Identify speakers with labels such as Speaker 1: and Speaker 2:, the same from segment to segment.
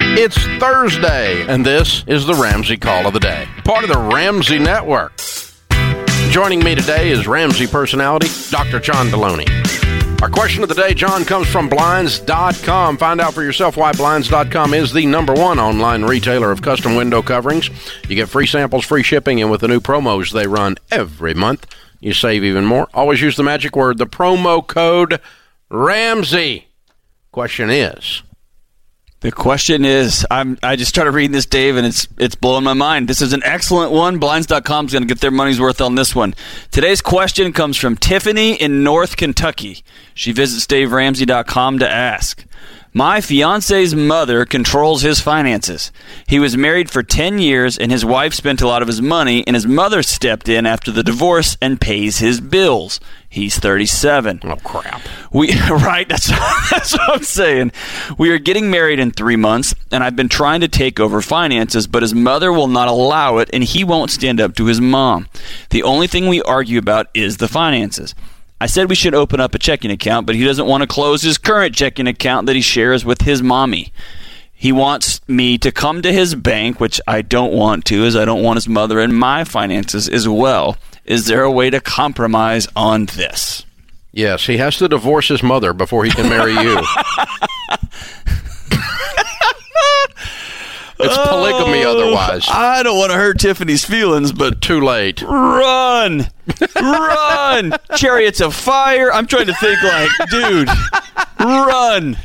Speaker 1: It's Thursday, and this is the Ramsey Call of the Day, part of the Ramsey Network. Joining me today is Ramsey personality, Dr. John Deloney. Our question of the day, John, comes from Blinds.com. Find out for yourself why Blinds.com is the number one online retailer of custom window coverings. You get free samples, free shipping, and with the new promos they run every month, you save even more. Always use the magic word, the promo code Ramsey. Question is,
Speaker 2: The question is, I'm I just started reading this, Dave, and it's it's blowing my mind. This is an excellent one. Blinds.com is going to get their money's worth on this one. Today's question comes from Tiffany in North Kentucky. She visits DaveRamsey.com to ask. My fiance's mother controls his finances. He was married for 10 years and his wife spent a lot of his money and his mother stepped in after the divorce and pays his bills. He's 37.
Speaker 1: oh crap.
Speaker 2: We right, that's that's what I'm saying. We are getting married in 3 months and I've been trying to take over finances, but his mother will not allow it and he won't stand up to his mom. The only thing we argue about is the finances. I said we should open up a checking account, but he doesn't want to close his current checking account that he shares with his mommy. He wants me to come to his bank, which I don't want to, as I don't want his mother and my finances as well. Is there a way to compromise on this?
Speaker 1: Yes, he has to divorce his mother before he can marry you. it's polygamy otherwise.
Speaker 2: I don't want to hurt Tiffany's feelings, but
Speaker 1: Too late.
Speaker 2: run, run, chariots of fire. I'm trying to think, like, dude, run,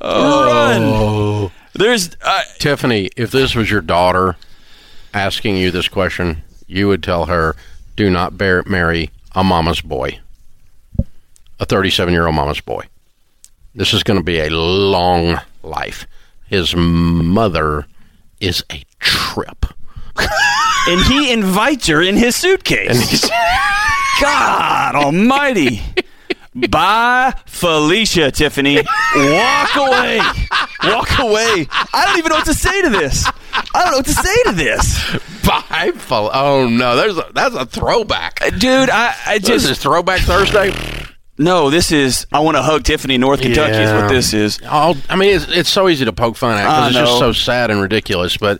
Speaker 2: Oh. run. There's, uh, I
Speaker 1: Tiffany, if this was your daughter asking you this question, you would tell her, do not bear, marry a mama's boy, a 37 year old mama's boy. This is going to be a long life. His mother is a trip.
Speaker 2: and he invites her in his suitcase. God Almighty. Bye, Felicia, Tiffany. Walk away. Walk away. I don't even know what to say to this. I don't know what to say to this.
Speaker 1: Five. fel- Oh no, there's a, that's a throwback.
Speaker 2: Dude, I, I
Speaker 1: This
Speaker 2: just.
Speaker 1: is Throwback Thursday.
Speaker 2: No, this is. I want to hug Tiffany, North Kentucky, is what this is.
Speaker 1: All, I mean, it's, it's so easy to poke fun at because
Speaker 2: I
Speaker 1: it's just
Speaker 2: know.
Speaker 1: so sad and ridiculous. But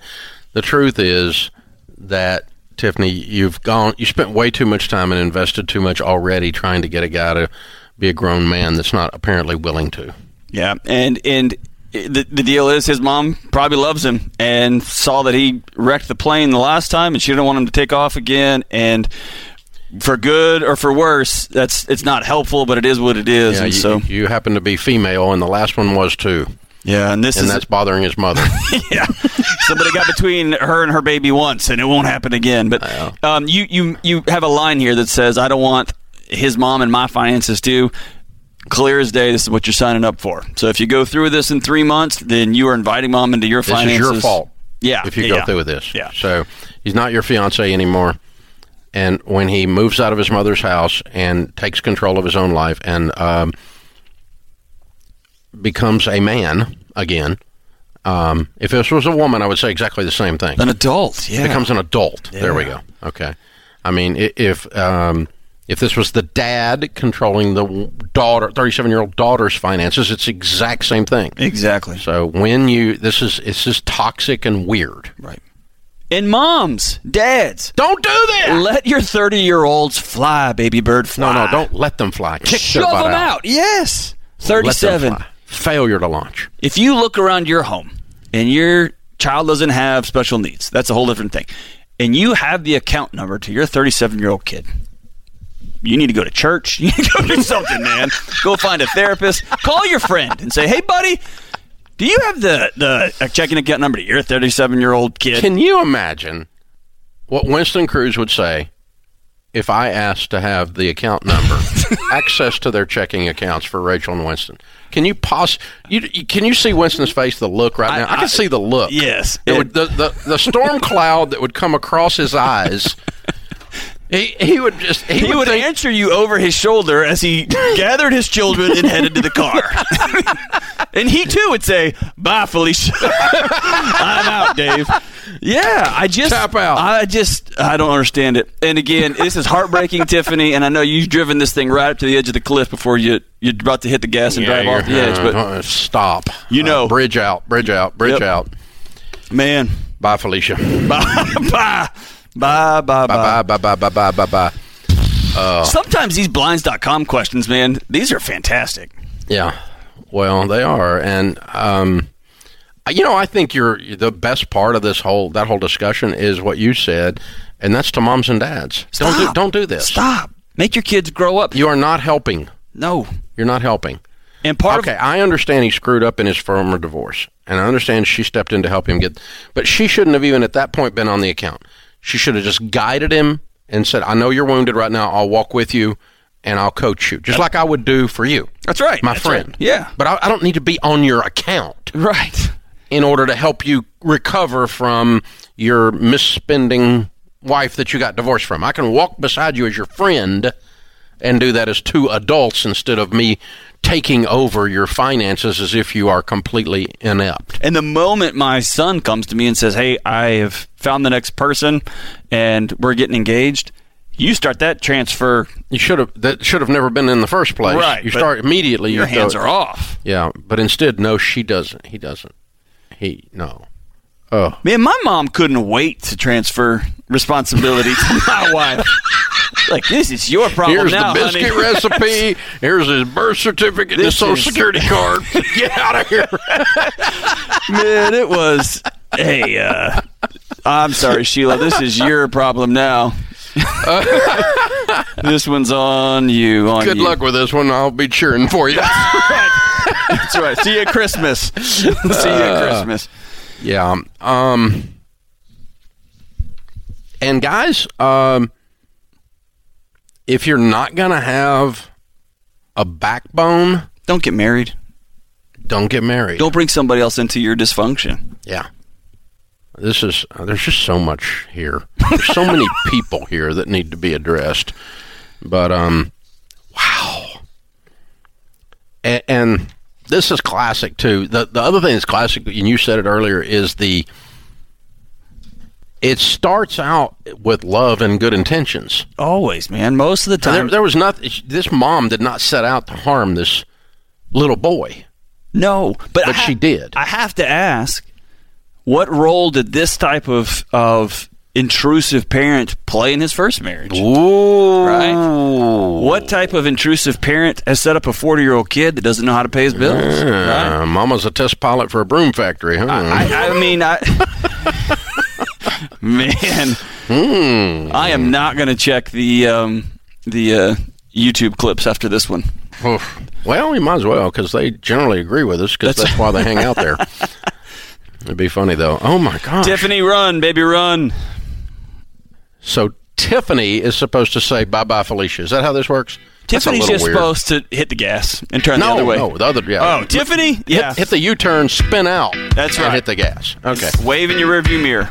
Speaker 1: the truth is that Tiffany, you've gone, you spent way too much time and invested too much already trying to get a guy to be a grown man that's not apparently willing to.
Speaker 2: Yeah, and and the the deal is his mom probably loves him and saw that he wrecked the plane the last time, and she didn't want him to take off again. And for good or for worse, that's it's not helpful, but it is what it is.
Speaker 1: Yeah,
Speaker 2: and
Speaker 1: you,
Speaker 2: so
Speaker 1: you happen to be female, and the last one was too,
Speaker 2: yeah, and this
Speaker 1: and
Speaker 2: is
Speaker 1: that's bothering his mother.
Speaker 2: yeah. Somebody got between her and her baby once, and it won't happen again. But um, you you you have a line here that says, "I don't want his mom and my finances to." Clear as day. This is what you're signing up for. So if you go through this in three months, then you are inviting mom into your
Speaker 1: this is
Speaker 2: finances.
Speaker 1: your fault.
Speaker 2: Yeah.
Speaker 1: if you
Speaker 2: yeah.
Speaker 1: go through with this.
Speaker 2: Yeah.
Speaker 1: So he's not your fiance anymore. And when he moves out of his mother's house and takes control of his own life and um, becomes a man again, um, if this was a woman, I would say exactly the same thing.
Speaker 2: An adult. Yeah.
Speaker 1: Becomes an adult. There we go. Okay. I mean, i- if um, if this was the dad controlling the w- daughter, thirty-seven year old daughter's finances, it's the exact same thing.
Speaker 2: exactly.
Speaker 1: So when you this is it's just toxic and weird.
Speaker 2: Right. And moms, dads,
Speaker 1: Don't do that.
Speaker 2: let your 30 year olds fly, baby bird,
Speaker 1: No,
Speaker 2: fly.
Speaker 1: no, don't let them fly. Kick
Speaker 2: Shove
Speaker 1: their
Speaker 2: them
Speaker 1: butt
Speaker 2: out.
Speaker 1: out.
Speaker 2: Yes.
Speaker 1: Let them
Speaker 2: 37.
Speaker 1: fly. Failure to launch.
Speaker 2: If you look around your home and your child doesn't have special needs, that's a whole different thing. And you have the account number to your 37 year old kid. You need to go to church. You need to go do something, man. Go find a therapist. Call your friend and say, "Hey, buddy, do you have the the a checking account number to your 37 year old kid?"
Speaker 1: Can you imagine what Winston Cruz would say if I asked to have the account number, access to their checking accounts for Rachel and Winston? Can you pos- you, you- Can you see Winston's face? The look right now. I, can
Speaker 2: I-
Speaker 1: see the look.
Speaker 2: Yes.
Speaker 1: It would, the, the the storm cloud that would come across his eyes. He, he would just he,
Speaker 2: he
Speaker 1: would,
Speaker 2: would
Speaker 1: think,
Speaker 2: answer you over his shoulder as he gathered his children and headed to the car. and he too would say, "Bye, Felicia. I'm out, Dave." Yeah, I just
Speaker 1: Tap out.
Speaker 2: I just I don't understand it. And again, this is heartbreaking, Tiffany. And I know you've driven this thing right up to the edge of the cliff before you you're about to hit the gas and
Speaker 1: Yeah,
Speaker 2: drive off the
Speaker 1: you're-
Speaker 2: edge. But
Speaker 1: uh, stop.
Speaker 2: You know.
Speaker 1: bridge out, bridge out, bridge
Speaker 2: Yep.
Speaker 1: out.
Speaker 2: Man.
Speaker 1: Bye, Felicia.
Speaker 2: Bye. Bye.
Speaker 1: Bye,
Speaker 2: Bye. Bye.
Speaker 1: bye, bye, bye, bye, bye, bye.
Speaker 2: Sometimes these blinds.com questions, man, these are fantastic.
Speaker 1: Yeah. Well, they are, and um, you know, I think you're the best part of this whole that whole discussion is what you said, and that's to moms and dads. Don't do,
Speaker 2: Stop.
Speaker 1: don't do this.
Speaker 2: Stop. Make your kids grow up.
Speaker 1: You are not helping.
Speaker 2: No.
Speaker 1: You're not helping.
Speaker 2: And part
Speaker 1: okay,
Speaker 2: of
Speaker 1: I understand he screwed up in his former divorce, and I understand she stepped in to help him get, but she shouldn't have even at that point been on the account. She should have just guided him and said, "I know you're wounded right now. I'll walk with you, and I'll coach you, just like I would do for you."
Speaker 2: That's right.
Speaker 1: my
Speaker 2: That's
Speaker 1: friend.
Speaker 2: right. Yeah.
Speaker 1: but I, I don't need to be on your account
Speaker 2: Right.
Speaker 1: in order to help you recover from your misspending wife that you got divorced from. I can walk beside you as your friend and do that as two adults instead of me taking over your finances as if you are completely inept.
Speaker 2: And the moment my son comes to me and says, Hey, I have found the next person and we're getting engaged, you start that transfer.
Speaker 1: You should have that should have never been in the first place.
Speaker 2: Right,
Speaker 1: You
Speaker 2: but
Speaker 1: start immediately
Speaker 2: Your
Speaker 1: you
Speaker 2: hands
Speaker 1: go-
Speaker 2: are off.
Speaker 1: Yeah, but instead no she doesn't. He doesn't. He no. Oh.
Speaker 2: Man, my mom couldn't wait to transfer responsibility to my wife. Like, this is your problem
Speaker 1: Here's
Speaker 2: Oh, now,
Speaker 1: the biscuit
Speaker 2: honey.
Speaker 1: recipe. Here's his birth certificate, and his
Speaker 2: This
Speaker 1: social
Speaker 2: is-
Speaker 1: security card. Get out of here.
Speaker 2: Man, it was. Hey, uh, I'm sorry, Sheila. This is your problem now. this one's on you. On
Speaker 1: Good
Speaker 2: you.
Speaker 1: luck with this one. I'll be cheering for you.
Speaker 2: That's right. See you at Christmas. See you at Christmas.
Speaker 1: yeah. Um. And guys, um, if you're not gonna have a backbone,
Speaker 2: Don't get married.
Speaker 1: don't get married.
Speaker 2: Don't bring somebody else into your dysfunction.
Speaker 1: Yeah. This is uh, there's just so much here. There's so many people here that need to be addressed. But um wow. And, and this is classic too. The the other thing that's classic and you said it earlier is the it starts out with love and good intentions.
Speaker 2: Always, man. Most of the
Speaker 1: There,
Speaker 2: time.
Speaker 1: there was nothing. This mom did not set out to harm this little boy,
Speaker 2: no, but,
Speaker 1: but
Speaker 2: I-
Speaker 1: she did.
Speaker 2: I have to ask, what role did this type of of intrusive parent play in his first marriage?
Speaker 1: Ooh,
Speaker 2: What type of intrusive parent has set up a 40 year old kid that doesn't know how to pay his bills? Right?
Speaker 1: Uh, Mama's a test pilot for a broom factory, huh?
Speaker 2: I, I mean, I. man,
Speaker 1: Hmm.
Speaker 2: I am not going to check the um, the uh, YouTube clips after this one.
Speaker 1: Oof. well, you might as well because they generally agree with us because that's, why they hang out there. It'd be funny though. Oh my god!
Speaker 2: Tiffany, run, baby, run.
Speaker 1: so Tiffany is supposed to say bye bye, Felicia. Is that how this works? That's a
Speaker 2: Tiffany's
Speaker 1: little
Speaker 2: just
Speaker 1: weird.
Speaker 2: supposed to hit the gas and turn the
Speaker 1: No,
Speaker 2: other way.
Speaker 1: no, the other yeah.
Speaker 2: Oh, Tiffany? Yeah.
Speaker 1: Hit, hit the U turn, spin out.
Speaker 2: That's
Speaker 1: and
Speaker 2: right.
Speaker 1: Hit the gas. Okay.
Speaker 2: Wave in your rearview mirror.